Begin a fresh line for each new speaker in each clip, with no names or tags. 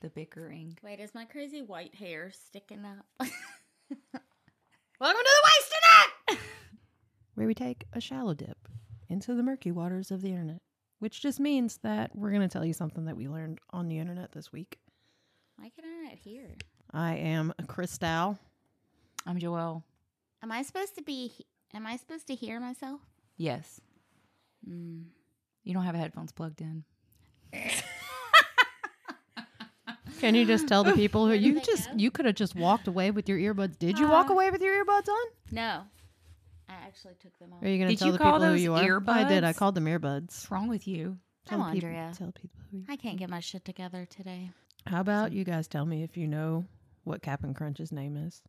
the bickering.
Wait, is my crazy white hair sticking up? Welcome to the Wasting It!
where we take a shallow dip into the murky waters of the internet, which just means that we're going to tell you something that we learned on the internet this week.
Why can I not hear?
I am Christelle.
I'm Joelle.
Am I supposed to be? he- Am I supposed to hear myself?
Yes.
Mm.
You don't have headphones plugged in.
Can you just tell the people who
Where did
you
they
just
go?
you could have just walked away with your earbuds? Did you walk
Uh,
away with your earbuds on?
No, I actually took them off.
Or are you going to
Did
tell
you
the
call
people who
those
you are? Oh, I did. I
earbuds?
called them earbuds.
What's wrong with you?
Tell
Oh,
the people-
Andrea.
Tell people who you
I can't get my shit together today.
How about you guys tell me if you know what Captain Crunch's name is?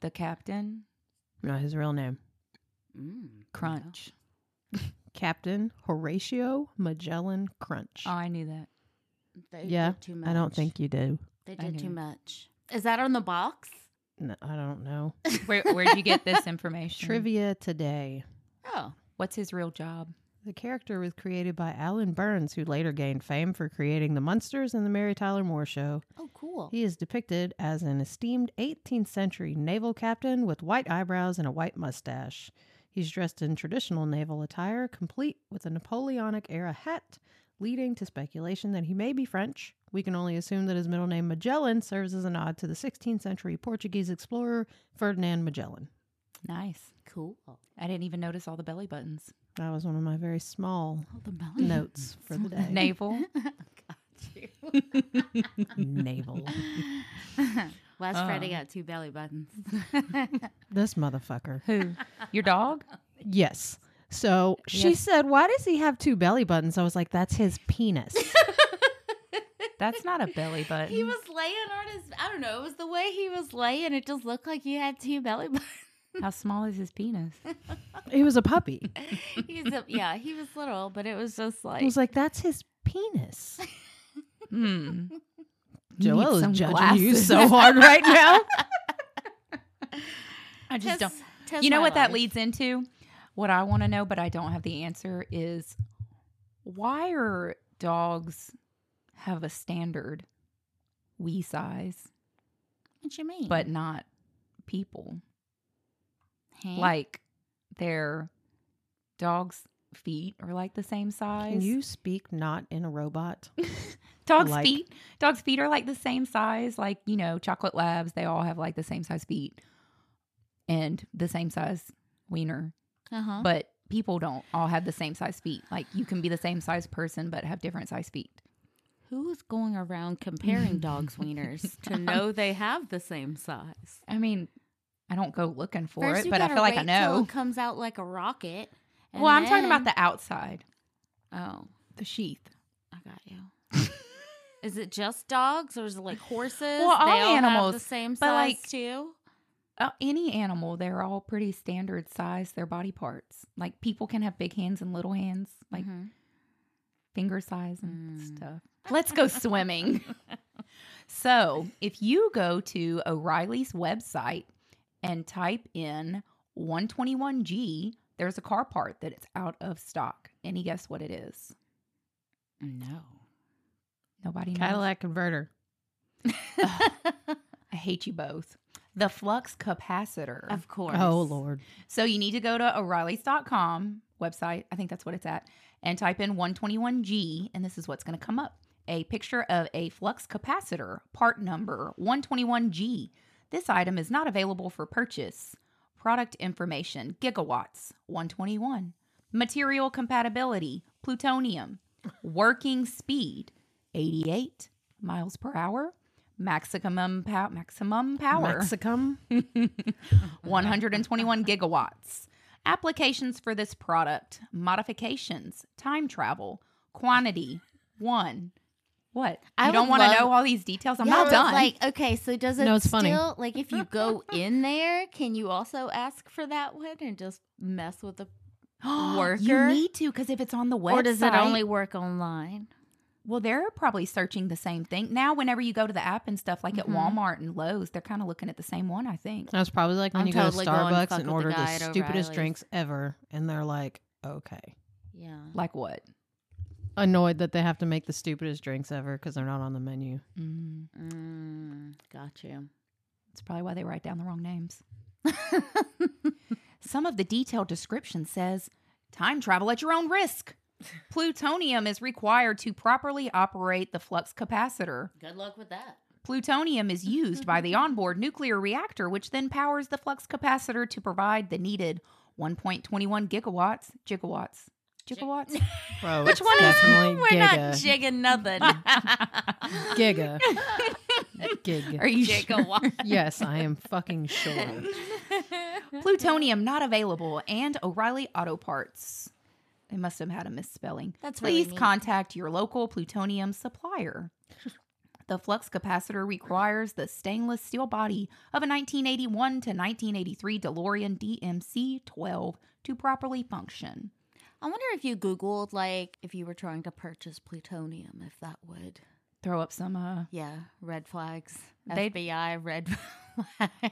The captain
Not his real name.
Mm.
crunch.
Captain Horatio Magellan Crunch.
Oh, I knew that.
They
Yeah,
did too much.
I don't think you do.
they
I
did too
knew.
much. Is that on the box?
No, I don't know.
Where where'd you get this information?
Trivia today.
Oh,
What's his real job?
The character was created by Alan Burns, who later gained fame for creating The Munsters and The Mary Tyler Moore Show.
oh, cool.
He is depicted as an esteemed 18th century naval captain with white eyebrows and a white mustache. He's dressed in traditional naval attire, complete with a Napoleonic era hat, leading to speculation that he may be French. We can only assume that his middle name Magellan serves as a nod to the 16th century Portuguese explorer Ferdinand Magellan.
Nice.
Cool. Oh,
I didn't even notice all the belly buttons.
That was one of my very small
the belly.
notes for the day.
Navel.
Got you.
Naval. Uh.
Wes Freddy
Um.
got two belly buttons.
This motherfucker.
Who? Your dog?
Yes. So she
Yes.
said, Why does he have two belly buttons? I was like, That's his penis.
That's not a belly button.
he was laying on his. I don't know. It was the way he was laying. It just looked like he had two belly buttons.
How small is his penis?
he was a puppy.
He's a, yeah, he was little, but it was just like
I was like, That's his penis.
Hmm. Need
Joelle
some
is judging you
glasses.
so hard right now.
I just
Test-
don't.
test
You know
my
what that
life.
leads into? What I want to know, but I don't have the answer, is why are dogs have a standard wee size,
What you
Hmm.
mean?
but not people?
Hmm.
Huh?
Like their dogs' feet are like the same
Can
size.
you speak not in a robot?
dogs'
like-
feet, dogs' feet are like the same size. Like you know, chocolate labs, they all have like the same size feet and the same size wiener.
uh-huh.
but people don't all have the same size feet. Like you can be the same size person but have different size feet.
who's going around comparing dogs' wieners to know they have the same size?
I mean, I don't go looking for
First
it,
you
but I
gotta
feel like I
wait till
know.
it comes out like a rocket. and
Well, I'm talking about
then-
the outside,
Oh,
the sheath.
I got you. is it just dogs, or is it like horses?
Well, all
they all have the
animals,
same
but,
size
like-
too. Oh.
Uh, any animal, they're all pretty standard size. Their body parts, like people can have big hands and little hands, like
Mhm.
finger size and
Mm.
stuff. Let's go swimming. so, if you go to O'Reilly's website and type in 121G, there's a car part that it's out of stock. Any guess what it is?
no.
Nobody knows.
Cadillac converter.
I hate you both. The flux capacitor.
Of course.
Oh, Lord.
So you need to go to O'Reilly's.com website. I think that's what it's at. And type in 121G, and this is what's going to come up a picture of a flux capacitor, part number 121G. This item is not available for purchase. Product information gigawatts 121. Material compatibility plutonium. Working speed 88 miles per hour. Maximum, pow- maximum power.
Mexicum.
Uh-huh. 121 gigawatts. Applications for this product, modifications, time travel, quantity, one. What?
I
I don't
would
want to
love-
know all these details. I'm
Yeah,
not
but,
done.
Like, okay, so does it
No, it's funny.
still like if you go in there, can you also ask for that one and just mess with the
You
worker?
need to because if it's on the website,
or does it only work online?
Well, they're probably searching the same thing now. Whenever you go to the app and stuff, like
Mhm.
at Walmart and Lowe's, they're kind of looking at the same one. I think.
That was probably like when
I'm
you
totally
go
going
to
fuck
Starbucks
with
and
the
order the,
guy at
stupidest
O'Reilly's.
drinks ever. And they're like, Okay.
Yeah.
Like what?
annoyed that they have to make the stupidest drinks ever because they're not on the menu.
Mm,
Mm, got you.
that's probably why they write down the wrong names. Some of the detailed description says time travel at your own risk. Plutonium is required to properly operate the flux capacitor.
Good luck with that.
Plutonium is used by the onboard nuclear reactor, which then powers the flux capacitor to provide the needed 1.21 gigawatts, gigawatts, gigawatts.
Bro,
Which
it's
one is-
definitely
We're not
giga.
jigging nothing.
giga. Giga.
Are you sure?
Gigawatt.
yes, I am fucking sure.
Plutonium not available, and O'Reilly Auto Parts. They must have had a misspelling.
That's really
Please
neat.
contact your local plutonium supplier. The flux capacitor requires the stainless steel body of a 1981 to 1983 DeLorean DMC 12 to properly function.
I wonder if you Googled, like, if you were trying to purchase plutonium, if that would.
Throw up some, uh,
Yeah, red flags.
They'd-
FBI red flags.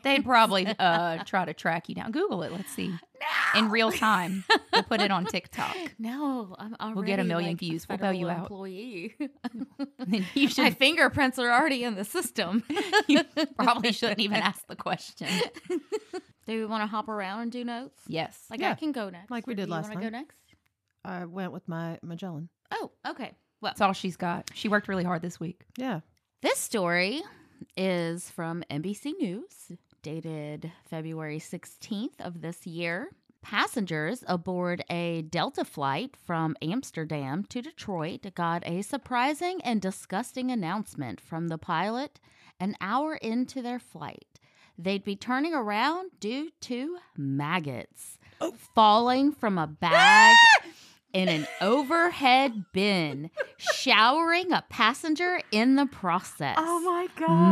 they'd probably uh, try to track you down. Google it. Let's see. In real time, we'll put it on TikTok.
No, I'm already
get a million
like,
views. We'll bail
federal
you out.
Employee.
Then you
My
should
fingerprints are already in the system.
you probably shouldn't even ask the question.
Do we want to hop around and do notes?
Yes.
Like
Yeah.
I can go next.
Like we
or
did
do
last
you wanna
time.
go next?
I went with my Magellan.
Oh, okay.
That's all she's got. She worked really hard this week.
Yeah.
This story is from NBC News, dated February 16th of this year. Passengers aboard a Delta flight from Amsterdam to Detroit got a surprising and disgusting announcement from the pilot an hour into their flight. They'd be turning around due to maggots falling from a bag in an overhead bin, showering a passenger in the process.
my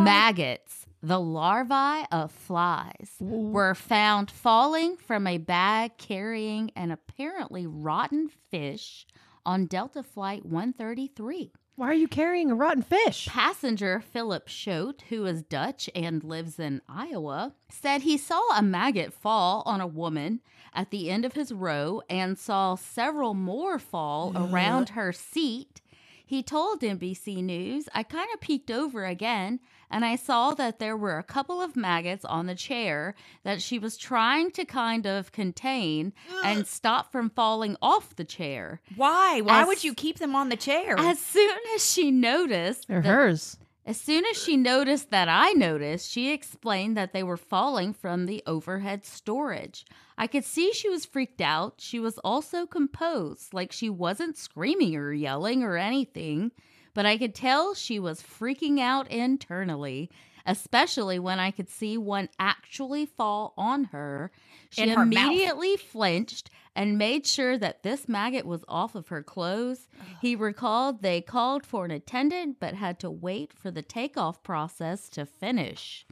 Maggots, the larvae of flies, were found falling from a bag carrying an apparently rotten fish on Delta Flight 133.
Why are you carrying a rotten fish?
Passenger Philip Schote, who is Dutch and lives in Iowa, said he saw a maggot fall on a woman at the end of his row and saw several more fall around her seat. He told NBC News, I kind of peeked over again and I saw that there were a couple of maggots on the chair that she was trying to kind of contain and stop from falling off the chair.
Why? Why
As-
would you keep them on the chair?
As soon as she noticed
They're
that
hers.
as soon as she noticed that I noticed, she explained that they were falling from the overhead storage. I could see she was freaked out. She was also composed, like she wasn't screaming or yelling or anything, but I could tell she was freaking out internally, especially when I could see one actually fall on her. She
In her mouth.
immediately flinched and made sure that this maggot was off of her clothes. He recalled they called for an attendant but had to wait for the takeoff process to finish.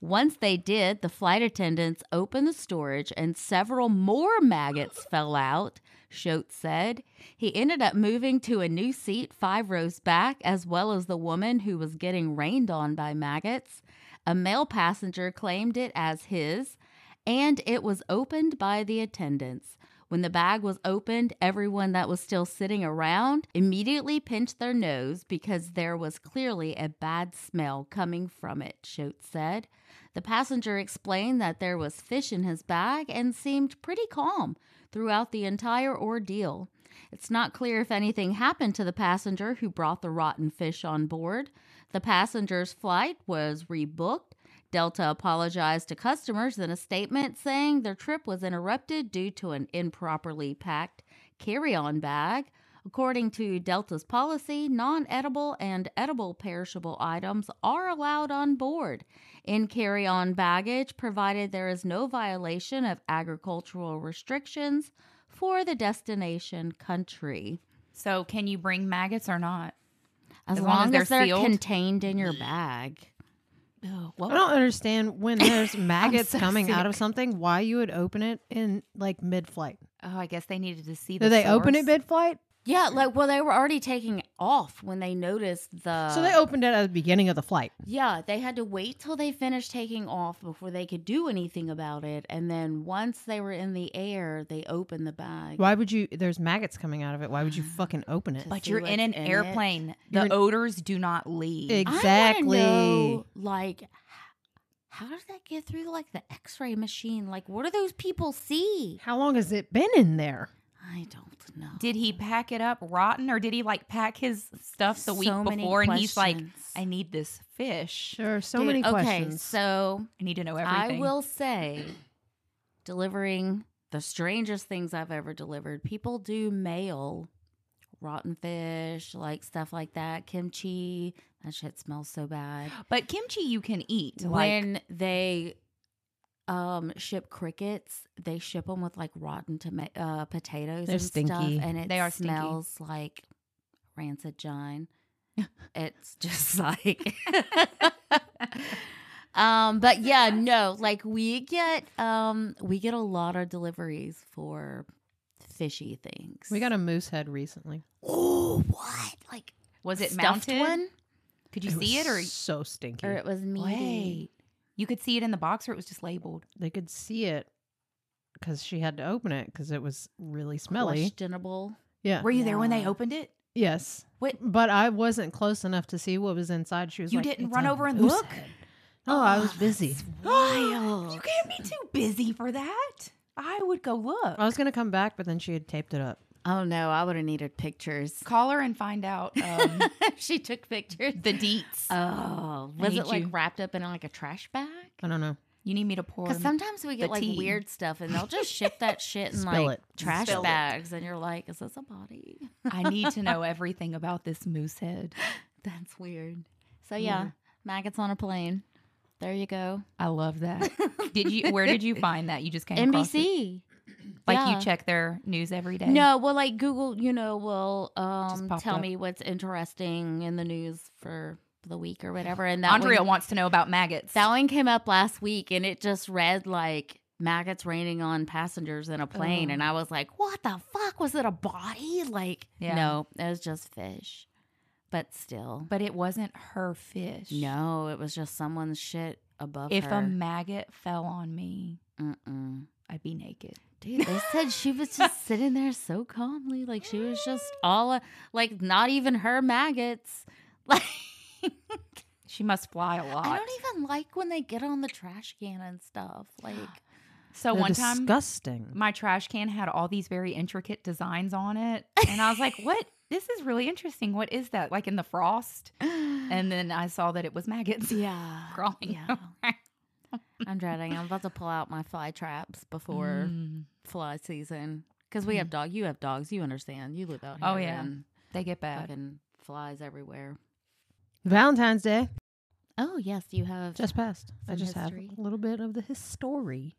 Once they did, the flight attendants opened the storage and several more maggots fell out, Schultz said. He ended up moving to a new seat five rows back, as well as the woman who was getting rained on by maggots. A male passenger claimed it as his, and it was opened by the attendants. When the bag was opened, everyone that was still sitting around immediately pinched their nose because there was clearly a bad smell coming from it, Schultz said. The passenger explained that there was fish in his bag and seemed pretty calm throughout the entire ordeal. It's not clear if anything happened to the passenger who brought the rotten fish on board. The passenger's flight was rebooked. Delta apologized to customers in a statement saying their trip was interrupted due to an improperly packed carry on bag. According to Delta's policy, non edible and edible perishable items are allowed on board in carry on baggage, provided there is no violation of agricultural restrictions for the destination country.
so, can you bring maggots or not?
As,
As long
long,
as
as,
they're
they're
sealed?
contained in your bag.
Well,
I don't understand when there's maggots
so
coming out of something, why you would open it in like mid flight.
oh, I guess they needed to see.
Do
the
they open it
source.
mid flight?
Yeah, like well, they were already taking off when they noticed the.
so they opened it at the beginning of the flight.
Yeah, they had to wait till they finished taking off before they could do anything about it. And then once they were in the air, they opened the bag.
Why would you? There's maggots coming out of it. Why would you fucking open it?
Just-
But
see
you're
what's
in an
in it.
airplane. The
You're in-
odors do not leave.
Ex-
I wanna
Exactly.
know, like, h- how does that get through like the X-ray machine? Like, what do those people see?
How long has it been in there?
I don't know.
Did he pack it up rotten or did he like pack his stuff the week
So many
before and he's like,
questions.
I need this fish.
There are so
Dude,
many
okay,
questions.
so
I need to know everything.
I will say, delivering the strangest things I've ever delivered. People do mail rotten fish, like stuff like that, kimchi. That shit smells so bad.
But kimchi you can eat. like
when they um ship crickets, they ship them with like rotten toma- uh, potatoes
They're
and
stinky.
stuff, and it
They are stinky.
smells like rancid gine. it's just like. Um, but yeah, no, like we get um we get a lot of deliveries for fishy things.
we got a moose head recently.
oh what like
was it
stuffed
mounted?
one
Could you
It
see it
was
or
so stinky?
or it was meaty.
Wait. you could see it in the box or it was just labeled?
they could see it because she had to open it because it was really smelly.
questionable.
Yeah.
Were you there when they
Yeah.
opened it?
yes.
Wait.
But I wasn't close enough to see what was inside. She was
You
like,
didn't
"It's
run
a
over and
moose
look?"
head." Oh, I was busy.
You
Wild.
can't be too busy for that. I would go look.
I was gonna come back, but then she had taped it up.
Oh no, I would have needed pictures.
Call her and find out um,
she took pictures.
the deets.
Oh, was
need
it like
you.
wrapped up in like a trash bag?
I don't know.
you need me to pour.
Because sometimes we get like
tea.
weird stuff, and they'll just ship that shit in
Spill
like
it.
trash
Spill it.
bags, and you're like, "Is this a body?"
I need to know everything about this moose head.
That's weird. So yeah, maggots on a plane. There you go.
I love that. Did you? Where did you find that? You just came across it?
NBC.
Like
Yeah.
you check their news every day.
No, well, like Google, you know, will um
popped
tell
up.
me what's interesting in the news for the week or whatever. And that
Andrea
one,
wants to know about maggots.
that one came up last week, and it just read like maggots raining on passengers in a plane,
Ugh.
and I was like, "What the fuck was it a body?" Like,
Yeah.
no, it was just fish, but still,
but it wasn't her fish.
no, it was just someone's shit above
If a
her.
maggot fell on me,
Mm-mm.
I'd be naked.
Dude, they said she was just sitting there so calmly, like she was just all uh, like not even her maggots. Like
She must fly a lot.
I don't even like when they get on the trash can and stuff. Like
so
They're
one time,
disgusting.
my trash can had all these very intricate designs on it, and I was like, "What? This is really interesting. What is that? Like in the frost?" And then I saw that it was maggots.
yeah,
Crawling
Yeah, I'm dreading. I'm about to pull out my fly traps before
Mm.
fly season because we have dog. You have dogs. You understand. You live out here.
Oh, yeah.
and
they get bad.
fucking flies everywhere.
Valentine's Day
Oh yes, you have.
just passed. I
Some
just
history.
have a little bit of the history.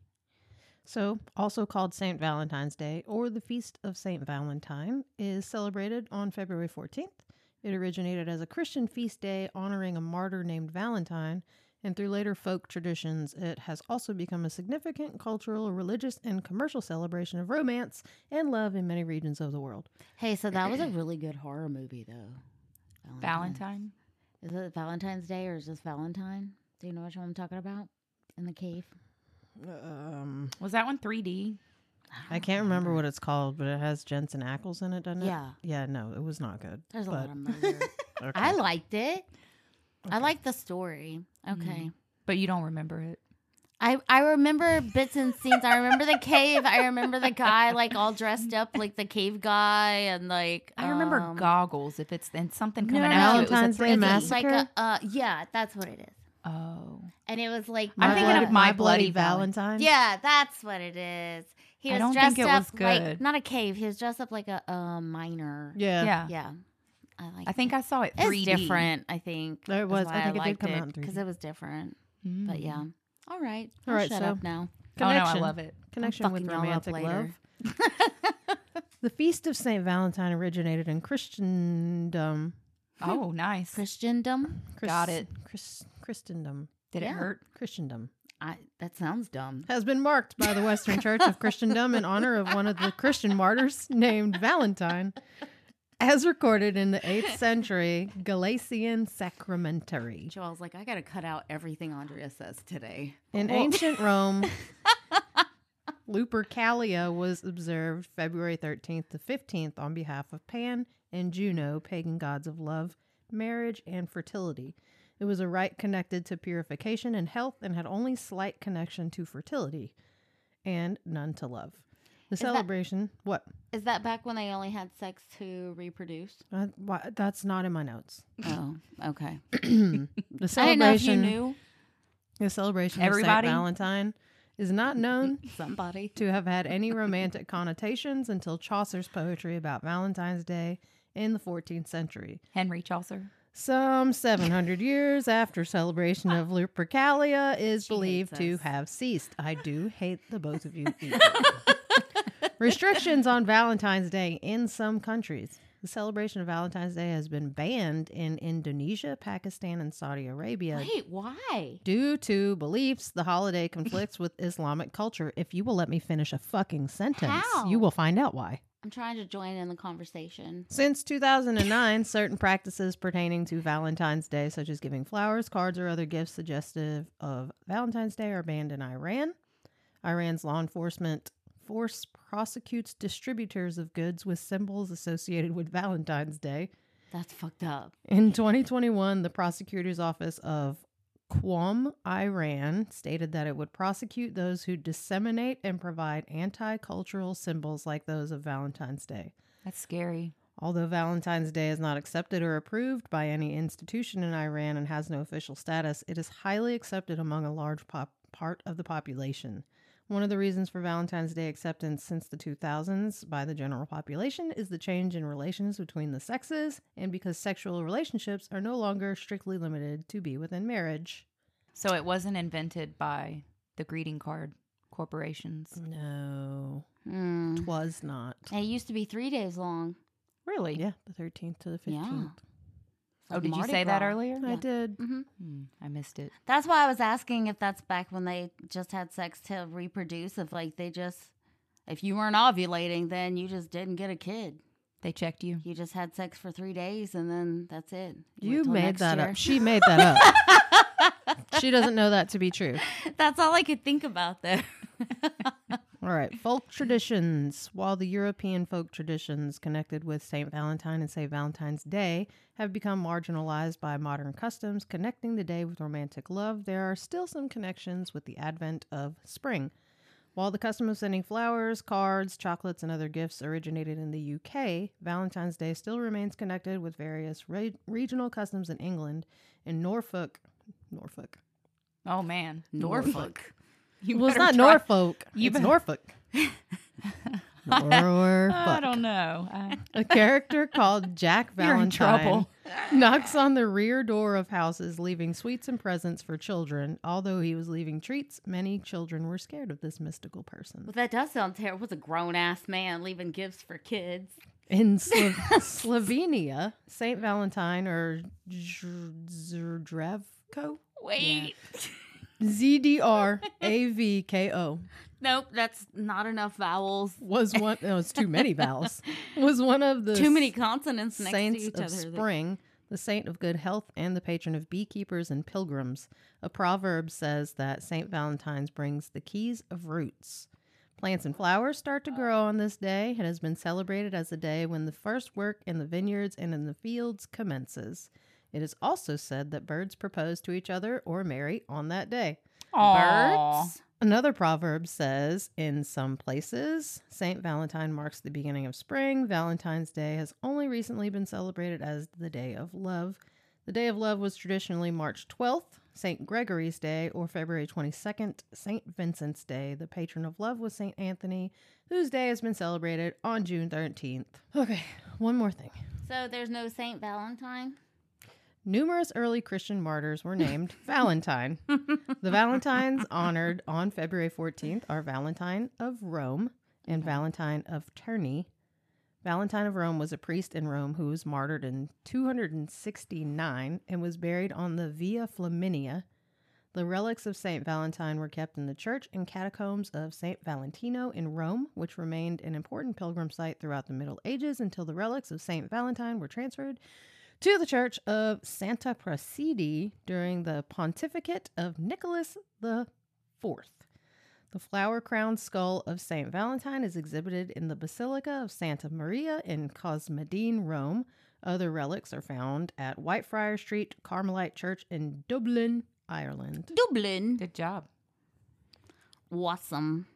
So, also called Saint Valentine's Day or the Feast of Saint Valentine, is celebrated on February 14th. It originated as a Christian feast day honoring a martyr named Valentine, and through later folk traditions, it has also become a significant cultural, religious, and commercial celebration of romance and love in many regions of the world.
hey, so that was a really good horror movie though. Valentine's.
Valentine.
Is it Valentine's Day or is this Valentine? Do you know which one I'm talking about? In the cave.
Um,
Was that one 3D?
I can't remember what it's called, but it has Jensen Ackles in it, doesn't it?
Yeah.
Yeah, no, it was not good.
There's a lot
but-
of murder. I liked it. I liked the story. Okay.
But you don't remember it.
I, I remember bits and scenes. I remember the cave. I remember the guy like all dressed up like the cave guy and like
I remember
um,
goggles. If it's then something coming
no, no,
out,
no,
it was a
Valentine's Day
3D.
It's like a
Massacre?
uh yeah, that's what it is.
Oh,
And it was like
I'm thinking
uh,
of My Bloody
Valentine.
Yeah, that's what it is. He
I
was
don't
dressed
think it
up
was
like
good.
not a cave. He was dressed up like a, a miner.
Yeah.
yeah.
yeah. I like.
I think I saw it
it's
3D.
different. I think
There it
is
was.
why
I think it did come out in
because
3D.
it was different.
Mm.
But yeah, all right. I'll
All right,
shut
so-
up now.
Oh no, I love it.
Connection with
fucking y'all up
romantic
later.
love. The feast of Saint Valentine originated in Christendom.
Oh, nice.
Christendom.
Got it.
Chris, Christendom.
Did
Yeah.
it hurt?
Christendom
I that sounds dumb.
has been marked by the Western Church of Christendom in honor of one of the Christian martyrs named Valentine. as recorded in the 8th century Galatian Sacramentary.
Joel's like, I got to cut out everything Andrea says today.
In
Well-
ancient Rome, Lupercalia was observed February 13th to 15th on behalf of Pan and Juno, pagan gods of love, marriage, and fertility. It was a rite connected to purification and health and had only slight connection to fertility and none to love. The
that-
celebration, what?
Is that back when they only had sex to reproduce?
Uh, why, that's not in my notes.
oh, okay.
the
I didn't know if you
celebration,
knew
the celebration
Everybody?
of Saint Valentine is not known
somebody.
to have had any romantic connotations until Chaucer's poetry about Valentine's Day in the 14th century.
Henry Chaucer.
Some 700 years after celebration of Lupercalia is
She hates
believed to
us.
have ceased. I do hate the both of you. people. Restrictions on Valentine's Day in some countries. The celebration of Valentine's Day has been banned in Indonesia, Pakistan, and Saudi Arabia
Wait, why?
Due to beliefs, the holiday conflicts with Islamic culture. If you will let me finish a fucking sentence,
How?
you will find out why.
I'm trying to join in the conversation.
Since 2009, certain practices pertaining to Valentine's Day, such as giving flowers, cards, or other gifts suggestive of Valentine's Day, are banned in Iran. Iran's law enforcement force prosecutes distributors of goods with symbols associated with Valentine's Day.
That's fucked up.
In 2021, the prosecutor's office of Qom, Iran, stated that it would prosecute those who disseminate and provide anti cultural symbols like those of Valentine's Day.
That's scary.
Although Valentine's Day is not accepted or approved by any institution in Iran and has no official status, it is highly accepted among a large pop- part of the population. One of the reasons for Valentine's Day acceptance since the 2000s by the general population is the change in relations between the sexes and because sexual relationships are no longer strictly limited to be within marriage.
So it wasn't invented by the greeting card corporations.
No,
Hmm.
twas not.
It used to be three days long.
Really?
Yeah, the 13th to the 15th.
Yeah. It's
Oh,
like
did
Mardi
you say that
Gras.
earlier?
I
Yeah.
did.
Mhm.
Hmm, I missed it.
That's why I was asking if that's back when they just had sex to reproduce. If like they just, if you weren't ovulating, then you just didn't get a kid.
They checked you.
You just had sex for three days and then that's it.
You
wait till
made
next
that
year.
up. She made that up. she doesn't know that to be true.
That's all I could think about there.
All right, folk traditions. While the European folk traditions connected with St. Valentine and St. Valentine's Day have become marginalized by modern customs connecting the day with romantic love, there are still some connections with the advent of spring. While the custom of sending flowers, cards, chocolates, and other gifts originated in the UK, Valentine's Day still remains connected with various re- regional customs in England. In Norfolk, Norfolk.
Oh man,
Norfolk.
You
well, it's
better
not
try-
Norfolk.
You
it's
bet-
Norfolk. Norfolk.
I don't know. I-
A character called Jack
You're in
Valentine
trouble.
knocks on the rear door of houses, leaving sweets and presents for children. Although he was leaving treats, many children were scared of this mystical person.
Well, that does sound terrible. What's a grown ass man leaving gifts for kids?
In Slo- Slovenia, Saint Valentine or Dr- Zdravko,
Wait.
Z D R A V K O,
Nope, that's not enough vowels.
was one. No, it's too many vowels. Was one of the
Too many consonants next
saints
to each
of
other. that-
spring, the saint of good health, and the patron of beekeepers and pilgrims. A proverb says that Saint Valentine's brings the keys of roots. Plants and flowers start to grow on this day and has been celebrated as the day when the first work in the vineyards and in the fields commences. It is also said that birds propose to each other or marry on that day.
Aw.
Birds?
Another proverb says in some places, St. Valentine marks the beginning of spring. Valentine's Day has only recently been celebrated as the Day of Love. The Day of Love was traditionally March 12th, St. Gregory's Day, or February 22nd, St. Vincent's Day. The patron of love was St. Anthony, whose day has been celebrated on June 13th. Okay, one more thing.
So there's no Saint Valentine?
Numerous early Christian martyrs were named Valentine. The Valentines honored on February 14th are Valentine of Rome and Valentine of Terni. Valentine of Rome was a priest in Rome who was martyred in 269 and was buried on the Via Flaminia. The relics of St. Valentine were kept in the church and catacombs of St. Valentino in Rome, which remained an important pilgrim site throughout the Middle Ages until the relics of St. Valentine were transferred to the church of Santa Prassede during the pontificate of Nicholas the Fourth. The flower crowned skull of St. Valentine is exhibited in the Basilica of Santa Maria in Cosmedine, Rome. Other relics are found at Whitefriar Street Carmelite Church in Dublin, Ireland.
Dublin.
Good job.
Awesome.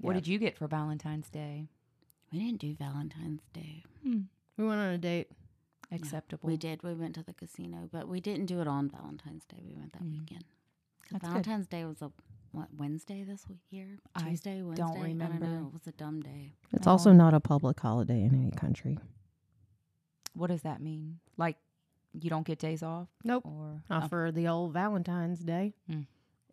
What
Yeah.
did you get for Valentine's Day?
We didn't do Valentine's Day.
We went on a date.
Acceptable.
We did. We went to the casino, but we didn't do it on Valentine's Day. We went that
Mm.
weekend. 'Cause
That's good.
Valentine's Day was a what Wednesday this w- year?
I
Tuesday, Wednesday.
remember.
know. It was a dumb day.
It's
Oh.
also not a public holiday in any country.
What does that mean? Like you don't get days off
Nope.
or
Not
Oh,
Uh, for the old Valentine's Day.
Hmm.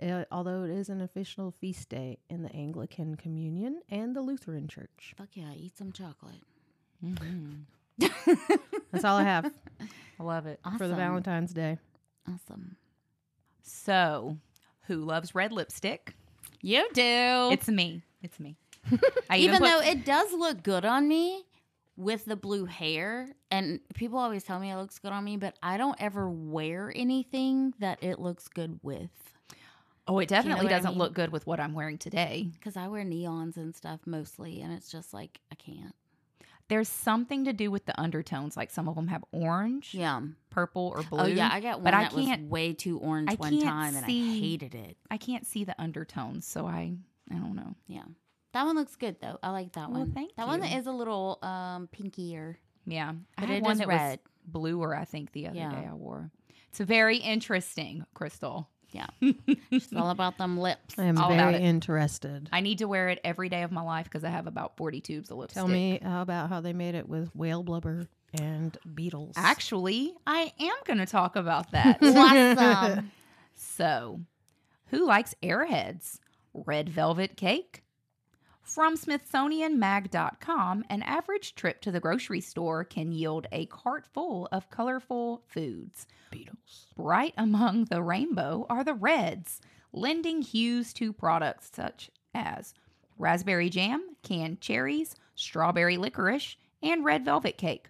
Uh, although it is an official feast day in the Anglican Communion and the Lutheran Church.
Fuck yeah! Eat some chocolate.
mhm.
That's all I have
I love it.
awesome.
for the Valentine's Day.
Awesome.
So, who loves red lipstick?
You do.
It's me. It's me. I
even
put-
though it does look good on me with the blue hair and people always tell me it looks good on me but i don't ever wear anything that it looks good with
oh, it definitely
what I
doesn't
mean?
look good with what I'm wearing today.
because i wear neons and stuff mostly and it's just like i can't
There's something to do with the undertones. Like some of them have orange,
yeah
purple, or blue.
oh yeah i got one
but I
that
can't-
was way too orange
I
one
can't
time and i
see-
hated it
I can't see the undertones, so I I don't know.
yeah that one looks good though i like that
Well,
one
thank
that one
you.
is a little um pinkier
Yeah, I
But
had
it
one
is
that was
red.
bluer. I think the other
Yeah.
day I wore. It's a very interesting crystal.
yeah it's all about them lips
I am
All about
very
it.
interested.
I need to wear it every day of my life because I have about forty tubes of lipstick.
Tell me how about how they made it with whale blubber and beetles.
Actually, I am going to talk about that.
awesome
so, who likes airheads? Red velvet cake? From SmithsonianMag.com, an average trip to the grocery store can yield a cart full of colorful foods.
beetles.
Bright among the rainbow are the reds, lending hues to products such as raspberry jam, canned cherries, strawberry licorice, and red velvet cake.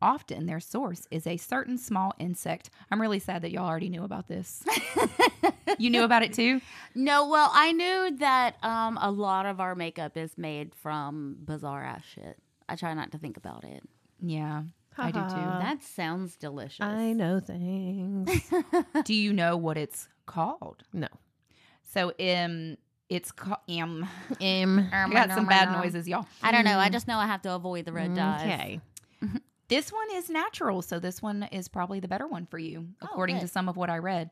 Often their source is a certain small insect. I'm really sad that y'all already knew about this. you knew about it too?
No, well, I knew that um, a lot of our makeup is made from bizarre ass shit. I try not to think about it.
Yeah, I do too.
Ha-ha.
that sounds delicious.
I know things.
Do you know what it's called?
no.
So, um, it's ca- um,
Um,
I got some bad Mm. noises, y'all.
I don't know. I just know I have to avoid the red dyes.
Mm, okay.
This one is natural, so this one is probably the better one for you,
Oh,
according to
good.
some of what I read.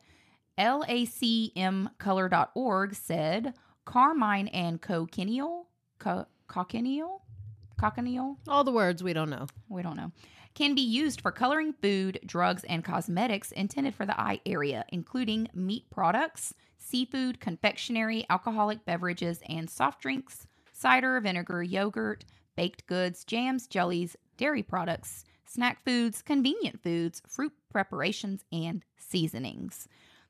LACMcolor.org said carmine and cochineal, co- cochineal, cochineal,
All the words we don't know.
we don't know, can be used for coloring food, drugs, and cosmetics intended for the eye area, including meat products, seafood, confectionery, alcoholic beverages, and soft drinks, cider, vinegar, yogurt, baked goods, jams, jellies, dairy products, snack foods, convenient foods, fruit preparations, and seasonings.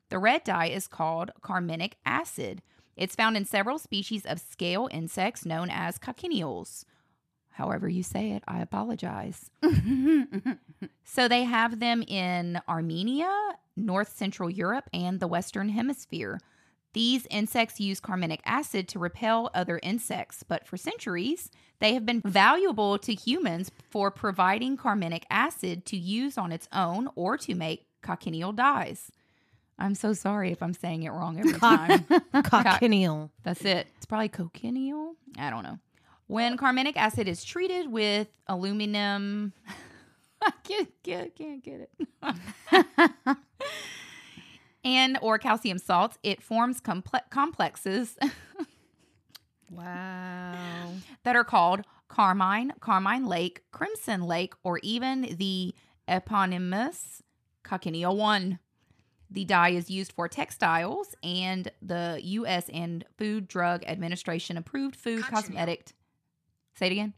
The red dye is called carminic acid. It's found in several species of scale insects known as cochineals. However, you say it, I apologize. So they have them in Armenia, North Central Europe, and the Western Hemisphere. These insects use carminic acid to repel other insects, but for centuries, they have been valuable to humans for providing carminic acid to use on its own or to make cochineal dyes. I'm so sorry if I'm saying it wrong every time.
Cochineal.
That's it. Oh. It's probably cochineal. I don't know. When carminic acid is treated with aluminum, I can't get, can't get it. and or calcium salts, it forms comple- complexes
Wow.
that are called Carmine, Carmine Lake, Crimson Lake, or even the eponymous Cochineal 1. The dye is used for textiles and the U.S. and Food Drug Administration approved food
Cochineal.
cosmetic. Say it again.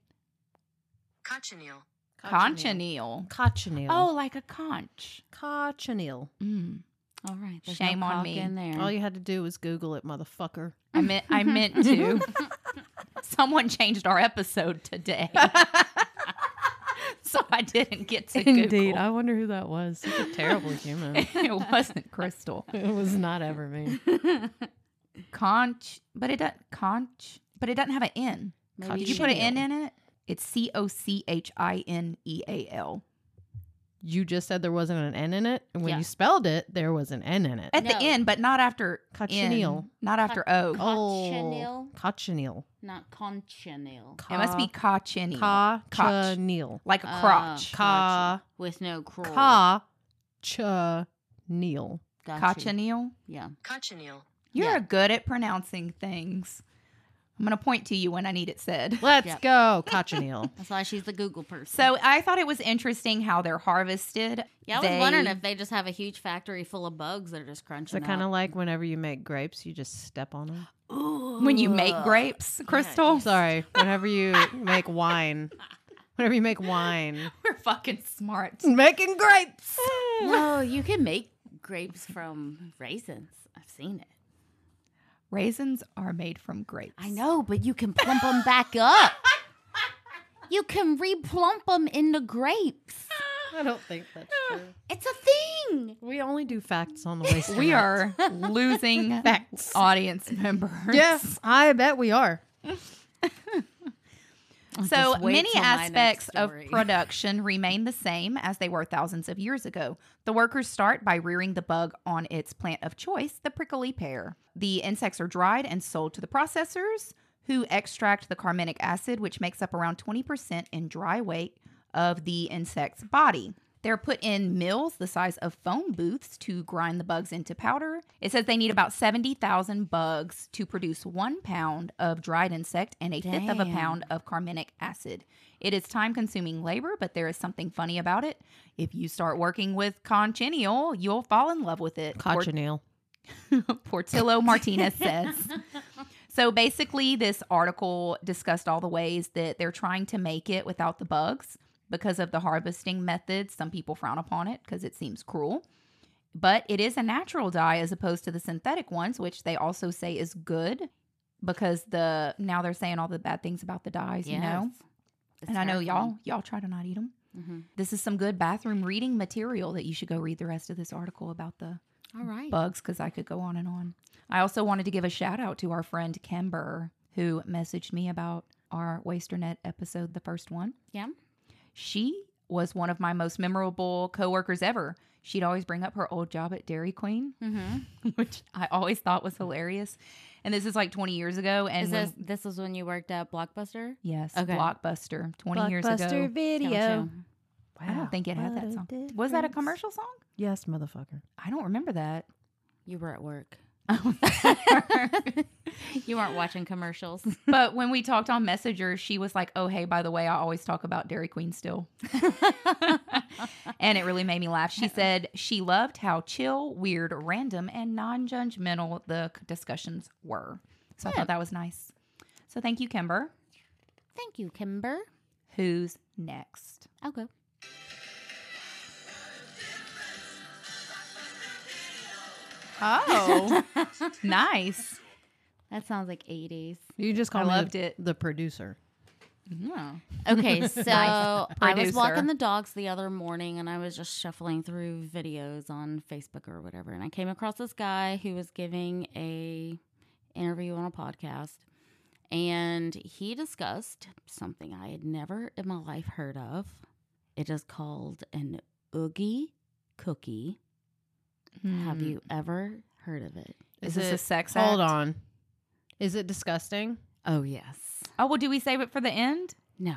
Cochineal.
Cochineal.
Cochineal.
Oh, like a Oh, conch.
Cochineal.
Mm.
All right. there's
Shame on
cock
me.
In there.
All you had to do was Google it, motherfucker.
I meant I meant to. Someone changed our episode today. so I didn't get to
Indeed.
Google.
I wonder who that was. Such a terrible human.
it wasn't Crystal.
It was not ever me.
Conch, but it doesn't conch, but it doesn't have an N.
Maybe
Did you put an N in it? It's C O C H I N E A L.
You just said there wasn't an N in it. And when
Yeah.
you spelled it, there was an N in it.
At
No.
the end, but not after
Cochineal.
N, not after O.
Oh.
Cochineal?
Cochineal.
Not conchinil.
It must be cochineal.
Cochineal.
like
uh,
a crotch.
Ca-
With no crawl.
Cochineal.
Gotcha.
Cochineal.
Yeah.
Cochineal.
You're
Yeah.
good at pronouncing things. I'm going to point to you when I need it said.
Let's
Yep.
go. Cochineal.
That's why she's the Google person.
So I thought it was interesting how they're harvested.
yeah, I was wondering
They-
if they just have a huge factory full of bugs that are just crunching.
so kind of
up.
like whenever you make grapes, you just step on them.
when you make grapes, Crystal.
I'm sorry. Whenever you make wine. Whenever you make wine.
We're fucking smart.
Making grapes.
No, you can make grapes from raisins. I've seen it.
Raisins are made from grapes.
I know, but you can plump them back up. You can replump them into grapes.
I don't think that's true.
It's a thing.
We only do facts on the waste.
We are losing
facts.
audience members.
Yes, I bet we are.
So
Just wait
many
till my next
aspects of
story.
production remain the same as they were thousands of years ago. The workers start by rearing the bug on its plant of choice, the prickly pear. The insects are dried and sold to the processors, who extract the carminic acid, which makes up around 20% in dry weight of the insect's body. They're put in mills the size of phone booths to grind the bugs into powder. It says they need about 70,000 bugs to produce one pound of dried insect and a fifth of a
Damn.
pound of carminic acid. It is time consuming labor, but there is something funny about it. If you start working with cochineal, you'll fall in love with it. Or-
Cochineal.
Portillo Martinez says. So basically, this article discussed all the ways that they're trying to make it without the bugs because of the harvesting methods. Some people frown upon it because it seems cruel. But it is a natural dye as opposed to the synthetic ones, which they also say is good because the now they're saying all the bad things about the dyes, you know.
Yes. It's
And I know y'all
terrifying.
y'all try to not eat them.
Mhm.
This is some good bathroom reading material that you should go read the rest of this article about the
All right.
bugs because I could go on and on. I also wanted to give a shout out to our friend Kimber who messaged me about our Wasternet episode, the first one.
Yeah.
She was one of my most memorable coworkers ever. She'd always bring up her old job at Dairy Queen,
Mm-hmm.
which I always thought was hilarious. And this is like 20 years ago. And
Is
when-
this this was when you worked at Blockbuster?
yes,
Okay.
Blockbuster 20 years
Blockbuster
ago.
video.
Gotcha.
I don't think it had
what
that
a
song. Was that a
difference.
commercial song?
Yes, motherfucker.
I don't remember that.
You were at work. you weren't watching commercials.
but when we talked on Messenger, she was like, "Oh, hey, by the way, I always talk about Dairy Queen still," and it really made me laugh. She said she loved how chill, weird, random, and non-judgmental the c- discussions were. So I
Yeah.
thought that was nice. So thank you, Kimber.
Thank you, Kimber.
Who's next?
I'll go.
Oh, nice.
That sounds like 80s.
You just called
I
me
loved
the,
it.
the producer.
Okay, so I was
Producer.
walking the dogs the other morning and I was just shuffling through videos on Facebook or whatever and I came across this guy who was giving a interview on a podcast and he discussed something I had never in my life heard of. It is called an oogie cookie. Have
Hmm.
you ever heard of it?
Is, this a sex?
Hold
act?
on. Is it disgusting?
Oh yes.
Oh well, do we save it for the end?
No.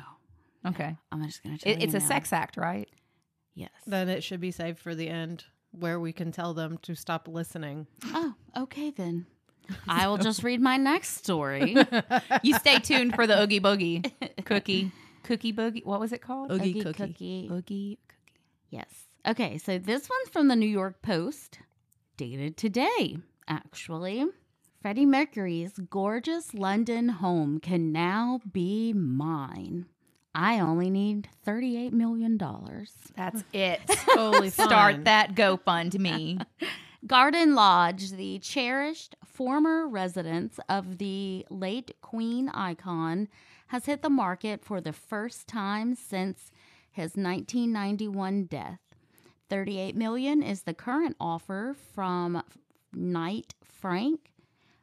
Okay.
I'm just gonna tell
It,
you
it's a
now.
sex act, right?
Yes.
Then it should be saved for the end where we can tell them to stop listening.
Oh, okay then. I will just read my next story.
You stay tuned for the Oogie Boogie cookie. Cookie Boogie. What was it called?
Oogie
Oogie
cookie.
cookie.
Oogie Cookie.
Yes. Okay, so this one's from the New York Post, dated today, actually. Freddie Mercury's gorgeous London home can now be mine. I only need $38 million.
That's it.
Totally fine.
Start that GoFundMe.
Garden Lodge, the cherished former residence of the late Queen icon, has hit the market for the first time since his 1991 death. 38 million is the current offer from Knight Frank.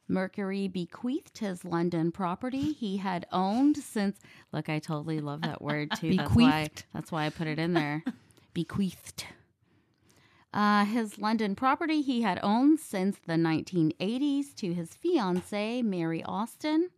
Mercury bequeathed his London property he had owned since look, I totally love that word too. That's why
Bequeathed.
that's why I put it in there. bequeathed. Uh, his London property he had owned since the 1980s to his fiancee, Mary Austin.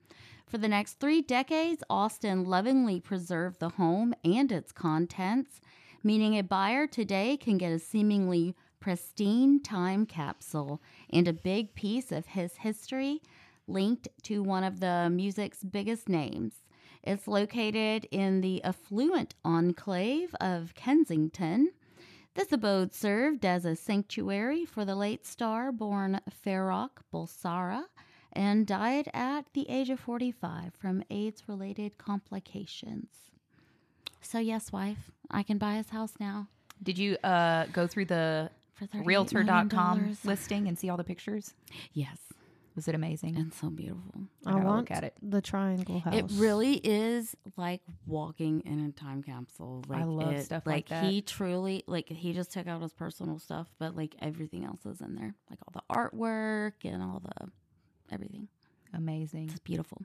For the next three decades, Austin lovingly preserved the home and its contents, meaning a buyer today can get a seemingly pristine time capsule and a big piece of his history linked to one of the music's biggest names. It's located in the affluent enclave of Kensington. This abode served as a sanctuary for the late star born Farrokh Bulsara and died at the age of 45 from AIDS related complications. So, yes, wife, I can buy his house now
Did you uh, go through the
for $38 million
realtor.com
dollars.
listing and see all the pictures?
Yes,
Was it amazing?
and so beautiful.
I
I,
gotta look
want
at it.
the triangle house.
It really is like walking in a time capsule. Like
I love
it-
stuff like
He truly like he just took out his personal stuff, but like everything else is in there, like all the artwork and all the everything.
Amazing.
It's beautiful.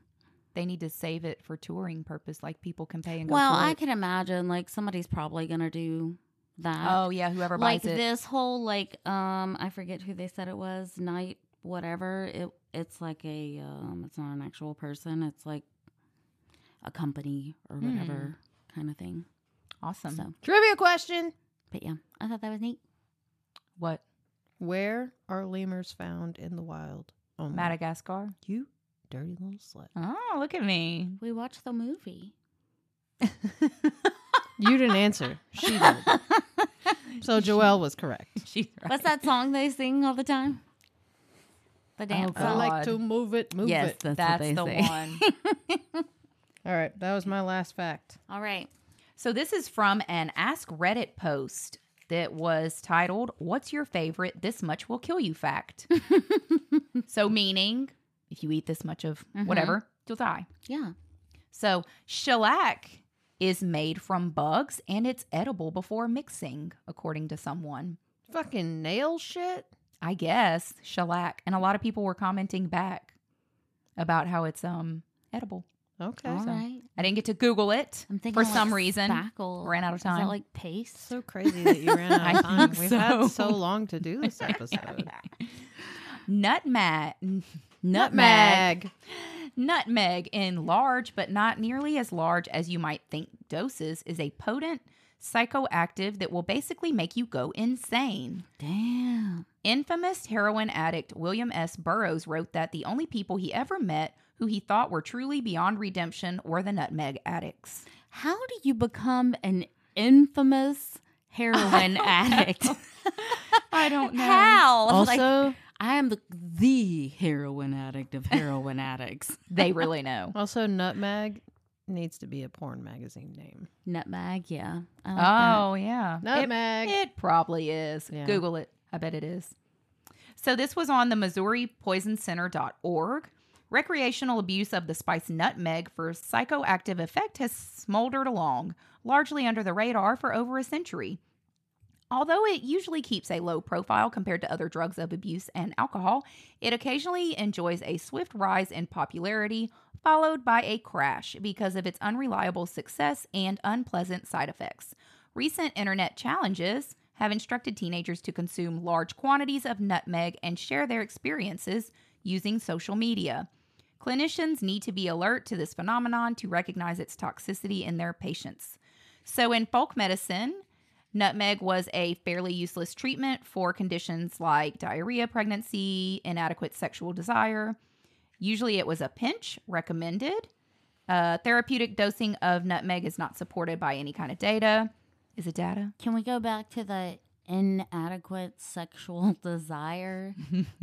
They need to save it for touring purpose, like people can pay and go.
Well,
tour
I
it.
can imagine like somebody's probably gonna do that.
Oh yeah, whoever
like
buys it.
this whole like um I forget who they said it was night whatever it it's like a um it's not an actual person it's like a company or
Hmm.
whatever kind of thing.
Awesome.
So,
Trivia question.
but yeah, I thought that was neat.
What?
Where are lemurs found in the wild? Oh,
Madagascar?
You dirty little slut.
Oh, look at me.
We watched the movie.
You didn't answer. She did. So Joelle was correct.
She's right.
What's that song they sing all the time? The dance
God.
I
song.
like to move it, move
yes,
it.
that's,
That's,
what they
the
say.
one.
All right, that was my last fact.
All right.
So this is from an Ask Reddit post that was titled "What's your favorite this much will kill you fact?" so meaning, if you eat this much of whatever, you'll die.
Yeah.
So shellac is made from bugs and it's edible before mixing, according to someone.
Fucking nail shit.
I guess shellac, and a lot of people were commenting back about how it's um edible.
Okay.
All
So-
right.
I didn't get to Google it
I'm thinking
for
like
some reason.
Spackle.
Ran out of time.
Is that like paste?
So crazy that you ran out
I
of time.
think
We've
so.
had so long to do this episode.
Nutmeg, nutmeg,
Nutmeg.
nutmeg in large but not nearly as large as you might think doses is a potent psychoactive that will basically make you go insane.
Damn.
Infamous heroin addict William S. Burroughs wrote that the only people he ever met who he thought were truly beyond redemption were the nutmeg addicts.
How do you become an infamous heroin addict?
I don't know.
How? Like,
Also,
I am the the heroin addict of heroin addicts.
They really know.
also nutmeg needs to be a porn magazine name.
Nutmeg, yeah. I like that.
Oh, yeah. It-
Nutmeg.
It probably is.
Yeah.
Google it. I bet it is. So this was on the MissouriPoisonCenter.org. Recreational abuse of the spice nutmeg for psychoactive effect has smoldered along, largely under the radar for over a century. Although it usually keeps a low profile compared to other drugs of abuse and alcohol, it occasionally enjoys a swift rise in popularity, followed by a crash because of its unreliable success and unpleasant side effects. Recent internet challenges have instructed teenagers to consume large quantities of nutmeg and share their experiences using social media. Clinicians need to be alert to this phenomenon to recognize its toxicity in their patients. So, in folk medicine, nutmeg was a fairly useless treatment for conditions like diarrhea, pregnancy, inadequate sexual desire. Usually, it was a pinch recommended. Uh, therapeutic dosing of nutmeg is not supported by any kind of data. Is it data?
Can we go back to the inadequate sexual desire?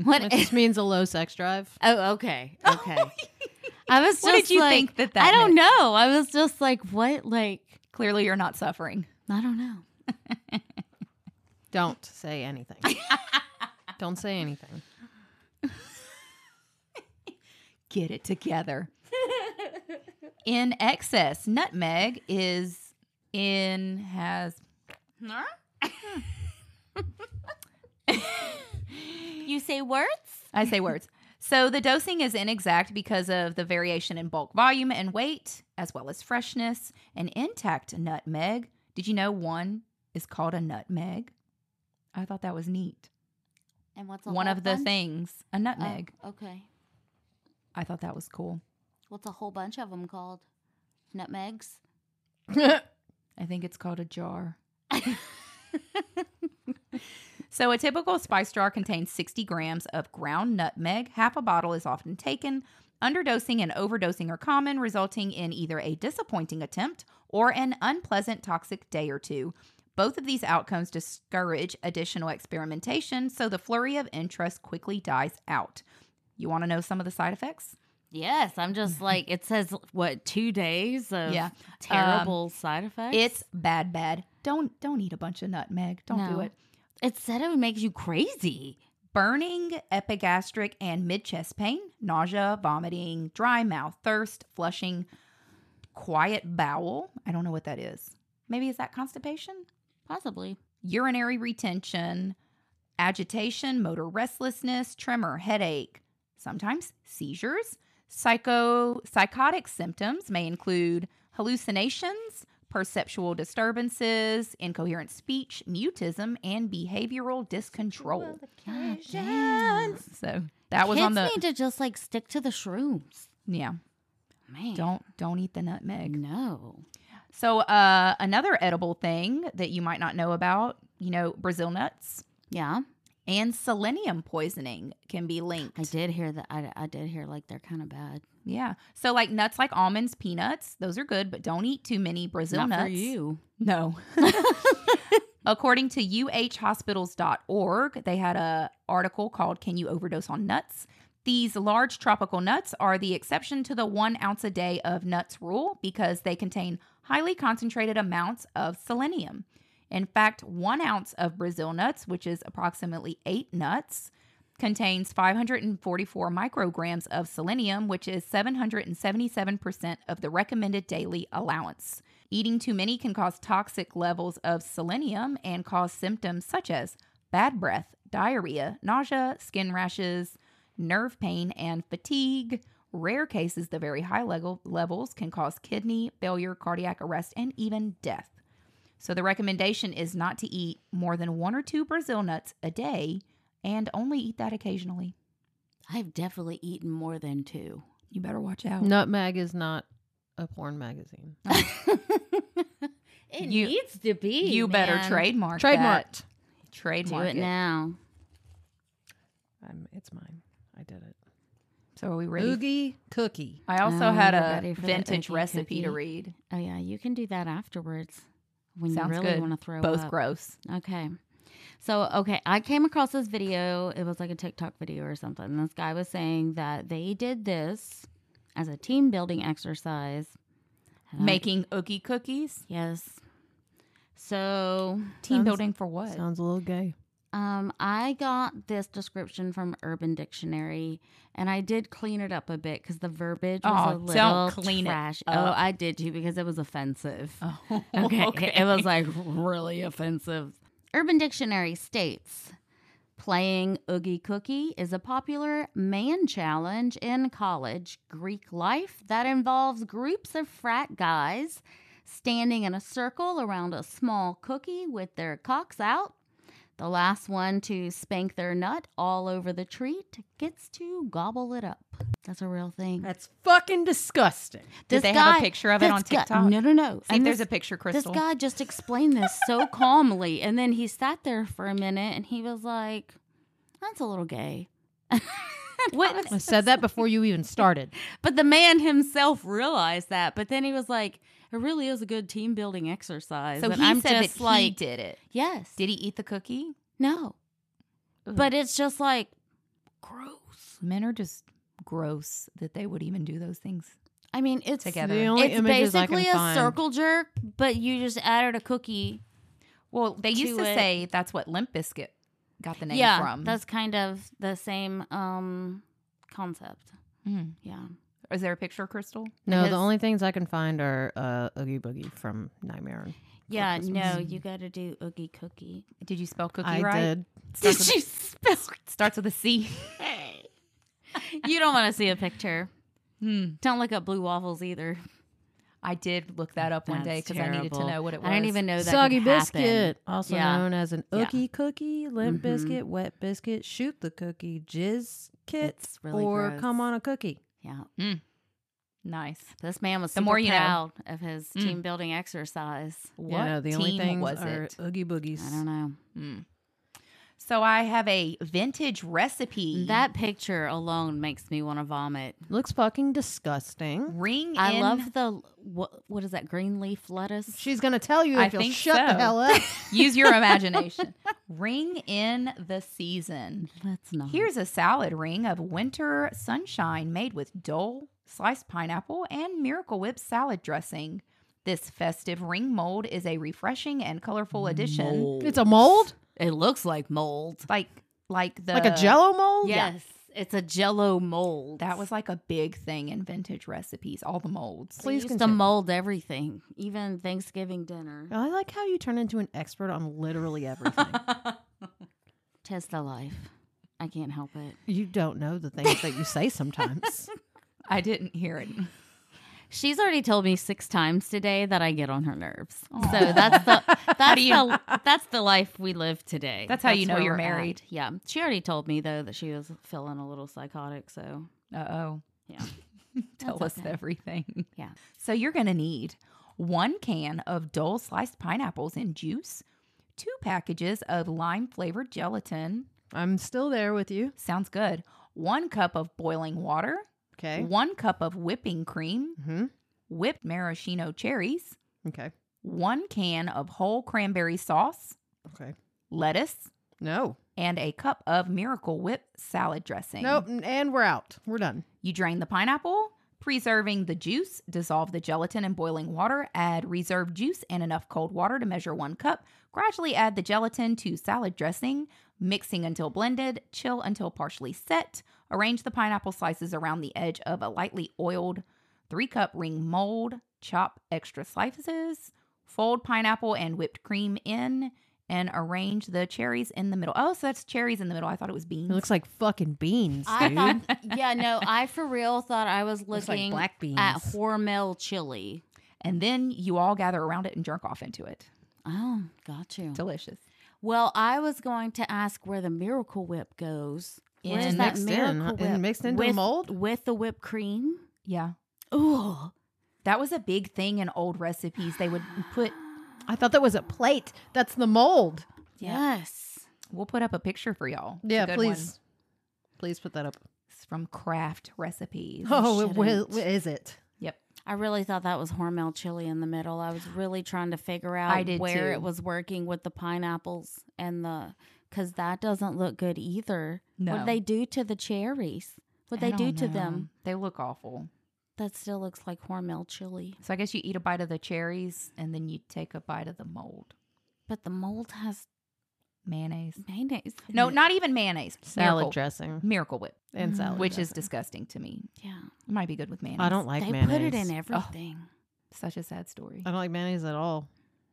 what
Which
is
just means a low sex drive.
Oh, okay. Okay. I was just
What did you
like,
think that that
I don't
meant?
know. I was just like, what like
Clearly, you're not suffering.
I don't know.
Don't say anything. Don't say anything.
Get it together. in excess, nutmeg is in has
you say words?
I say words. So the dosing is inexact because of the variation in bulk volume and weight, as well as freshness. An intact nutmeg. Did you know one is called a nutmeg? I thought that was neat.
And what's a
One
whole
of the
bunch?
things, a
Oh,
nutmeg.
okay.
I thought that was cool.
What's a whole bunch of them called? Nutmegs.
I think it's called a jar. so, a typical spice jar contains 60 grams of ground nutmeg. Half a bottle is often taken. Underdosing and overdosing are common, resulting in either a disappointing attempt or an unpleasant toxic day or two. Both of these outcomes discourage additional experimentation, so the flurry of interest quickly dies out. You want to know some of the side effects?
Yes, I'm just like it says. What two days of
Yeah. um,
terrible side effects?
It's bad, bad. Don't don't eat a bunch of nutmeg. Don't do
No.
it.
it said it would make you crazy.
burning, epigastric, and mid chest pain, nausea, vomiting, dry mouth, thirst, flushing, quiet bowel. I don't know what that is. Maybe is that constipation?
Possibly.
Urinary retention, agitation, motor restlessness, tremor, headache, sometimes seizures. Psycho psychotic symptoms may include hallucinations, perceptual disturbances, incoherent speech, mutism, and behavioral discontrol.
God damn.
So that was
Kids
on the
need to just like stick to the shrooms.
yeah.
Man,
Don't don't eat the
Mm.
nutmeg.
no.
So uh, another edible thing that you might not know about, you know, Brazil nuts
Yeah,
and selenium poisoning can be linked.
I did hear that. I, I did hear like they're kind of bad.
Yeah. So like nuts like almonds, peanuts, those are good, but don't eat too many Brazil
Not
nuts.
for you.
No. According to uhhospitals.org, they had a article called Can You Overdose on Nuts? These large tropical nuts are the exception to the one ounce a day of nuts rule because they contain highly concentrated amounts of selenium. In fact, one ounce of Brazil nuts, which is approximately eight nuts, contains 544 micrograms of selenium, which is 777% of the recommended daily allowance. Eating too many can cause toxic levels of selenium and cause symptoms such as bad breath, diarrhea, nausea, skin rashes, nerve pain, and fatigue. Rare cases, the very high level levels can cause kidney failure, cardiac arrest, and even death. So the recommendation is not to eat more than one or two Brazil nuts a day and only eat that occasionally.
I've definitely eaten more than two.
You better watch out.
Nutmeg is not a porn magazine.
it
You-
needs to be.
you better
man.
trademark.
Trademarked.
that.
Do
Trademark.
it now.
Um, it's mine. I did it.
So are we ready?
Oogie cookie.
I also
Oh,
had
you're
a
ready for the
vintage
oogie
recipe to
cookie?
read.
Oh yeah, you can do that afterwards when
Sounds
you really
good.
want to throw
Both
up.
gross.
Okay. So, okay, I came across this video. It was like a TikTok video or something. This guy was saying that they did this as a team building exercise. And I'm-
Making oogie cookies.
Yes. So,
Team
Sounds-
building for what?
Sounds a little gay.
um, I got this description from Urban Dictionary, and I did clean it up a bit because the verbiage was
Aw,
a
don't
little
clean it
trash. Oh,
up.
I did too because it was offensive.
Oh,
okay. It was like really offensive. Urban Dictionary states playing Oogie Cookie is a popular man challenge in college Greek life that involves groups of frat guys standing in a circle around a small cookie with their cocks out. The last one to spank their nut all over the treat gets to gobble it up. That's a real thing.
That's fucking disgusting.
Did
This
they have
guy-
a picture of it on
this guy-
TikTok?
no, no, no.
See if
And
there's
this-
a picture, Crystal.
this guy just explained this so calmly, and then he sat there for a minute, and he was like, "That's a little gay."
Wouldn't-
I said that before you even started.
But the man himself realized that. But then he was like, "It really is a good team building exercise."
so
and
he
I'm
said
just
that
like,
he did it.
"Yes,
Did he eat the cookie?
no," but it's just like gross.
Men are just gross that they would even do those things.
I mean, it's
Together.
The only
It's
images I
basically
can
a
find.
circle jerk, but you just added a cookie.
Well, they used
To
to
it.
say that's what Limp Biscuit got the name
yeah,
from.
that's kind of the same um concept.
Mhm.
Yeah.
Is there a picture, Crystal?
No,
Because-
the only things I can find are uh, Oogie Boogie from Nightmare. on
Yeah,
Christmas.
no, you got to do oogie cookie.
Did you spell cookie
I
right?
did.
Starts with-
you spell?
Starts with a C.
you don't want to see a picture.
hmm.
Don't look up blue waffles either.
I did look that up one day
That's
because I needed to
terrible.
know what it was.
I didn't even know Oh, that.
Soggy
could happen.
biscuit, also
Yeah.
known as an
Yeah.
oogie cookie, limp
Mhm.
biscuit, wet biscuit, shoot the cookie, jizz kits,
It's really
or
gross.
come on a cookie.
Yeah.
Nice.
This man was
The
super
more you know.
proud of his
Mm.
team building exercise.
What
You know, the only
team
things
was
are
it?
oogie boogies.
I don't know.
Hmm. So I have a vintage recipe
That picture alone makes me want to vomit.
Looks fucking disgusting.
ring.
I
in-
love the what what is that green leaf lettuce?
She's gonna tell you
I
if you'll
think
shut
so.
the hell up.
Use your imagination. ring in the season.
That's not.
Here's a salad ring of winter sunshine made with dole, sliced pineapple, and Miracle Whip salad dressing. This festive ring mold is a refreshing and colorful addition.
it's a mold,
It looks like mold.
Like like the
like a Jello mold.
Yes, it's a Jello mold.
That was like a big thing in vintage recipes, all the molds.
Please
Please used to
continue.
mold everything, even Thanksgiving dinner.
I like how you turn into an expert on literally everything.
Test the life. I can't help it.
you don't know the things that you say sometimes.
I didn't hear it.
She's already told me six times today that I get on her nerves.
Aw.
So that's the that's
do you-
the that's the life we live today.
That's how you know
where
you're
we're at.
married.
Yeah. She already told me though that she was feeling a little psychotic, so
Uh oh.
Yeah.
Tell
That's
us
okay.
everything.
Yeah.
So you're going to need one can of dull sliced pineapples in juice, two packages of lime flavored gelatin.
I'm still there with you.
Sounds good. One cup of boiling water,
Okay.
one cup of whipping cream,
Mm-hmm.
whipped maraschino cherries,
Okay.
one can of whole cranberry sauce,
Okay.
lettuce,
No.
and a cup of Miracle Whip salad dressing.
Nope. n- And we're out. We're done.
You drain the pineapple, preserving the juice, dissolve the gelatin in boiling water, add reserved juice and enough cold water to measure one cup. Gradually add the gelatin to salad dressing, mixing until blended, chill until partially set. Arrange the pineapple slices around the edge of a lightly oiled three cup ring mold, chop extra slices, fold pineapple and whipped cream in. And arrange the cherries in the middle. Oh, so that's cherries in the middle. I thought it was beans.
It looks like fucking beans,
I
dude.
thought yeah, no, I for real thought I was
looks like
looking
black beans.
at Hormel chili.
and then you all gather around it and jerk off into it.
Oh, got you.
Delicious.
Well, I was going to ask where the Miracle Whip goes. Where
In-
is that
Mixed in,
Miracle
huh?
Whip?
And mixed into a
With-
mold?
with the whipped cream.
Yeah.
Ooh,
That was a big thing in old recipes. They would put,
I thought that was a plate. That's the mold.
yes.
we'll put up a picture for y'all. It's a
Yeah,
good
please.
one.
Please put that up.
It's from Craft Recipes.
Oh, it will,
shouldn't.
is it?
Yep.
I really thought that was Hormel chili in the middle. I was really trying to figure out
did
where
too.
it was working with the pineapples and the because that doesn't look good either. What
No.
would they do to the cherries? What
I
they do
don't
to
know.
them?
They look awful.
That still looks like Hormel chili,
So I guess you eat a bite of the cherries and then you take a bite of the mold.
but the mold has
Mayonnaise.
mayonnaise. in
No,
it.
not even mayonnaise.
Salad
Miracle,
dressing
Miracle Whip, Mm.
and salad,
which is
dressing.
disgusting to me.
yeah.
It might be good with mayonnaise.
I don't like
they
mayonnaise.
put it in everything.
Such a sad story.
I don't like mayonnaise at all.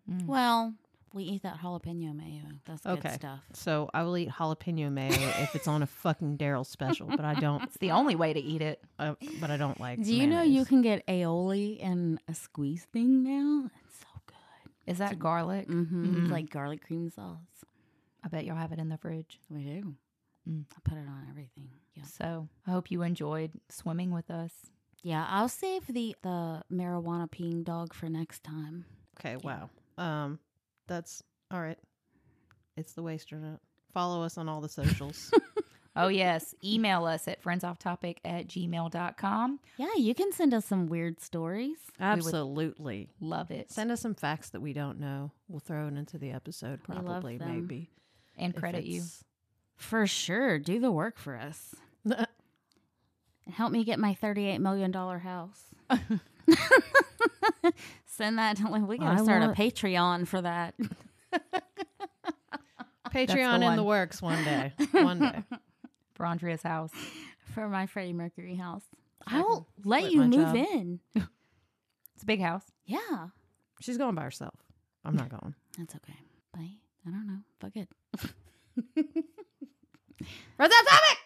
Mm.
Well, we eat that jalapeno mayo. That's good
Okay.
stuff.
So I will eat jalapeno mayo if it's on a fucking Daryl special, but I don't.
it's the only way to eat it.
Uh, but I don't like.
Do you know you
mayonnaise.
can get aioli in a squeeze thing now? It's so good.
Is that garlic?
Mm-hmm.
Mm.
It's like garlic cream sauce.
I bet y'all have it in the fridge.
We do.
Mm.
I put it on everything. Yeah.
So I hope you enjoyed swimming with us.
Yeah, I'll save the the marijuana peeing dog for next time.
Okay. Wow. Um, that's all right. It's the wasternet. Follow us on all the socials.
Oh, yes. Email us at friendsofftopic at gmail.com.
Yeah, you can send us some weird stories.
Absolutely.
Love it.
Send us some facts that we don't know. We'll throw it into the episode,
We love
probably,
them.
maybe.
and
if
credit you.
it's-
For sure. Do the work for us. And help me get my thirty eight million dollar house. Send that to we gotta
I
start
want-
a Patreon for that.
Patreon in
one.
the works one day. One day.
for Andrea's house.
for my Freddie Mercury house.
I
I'll let
quit
you
my
move
job.
in.
It's a big house.
Yeah.
She's going by herself. I'm not going.
That's okay. Bye. I don't know. Fuck it.
Rosetta Topic!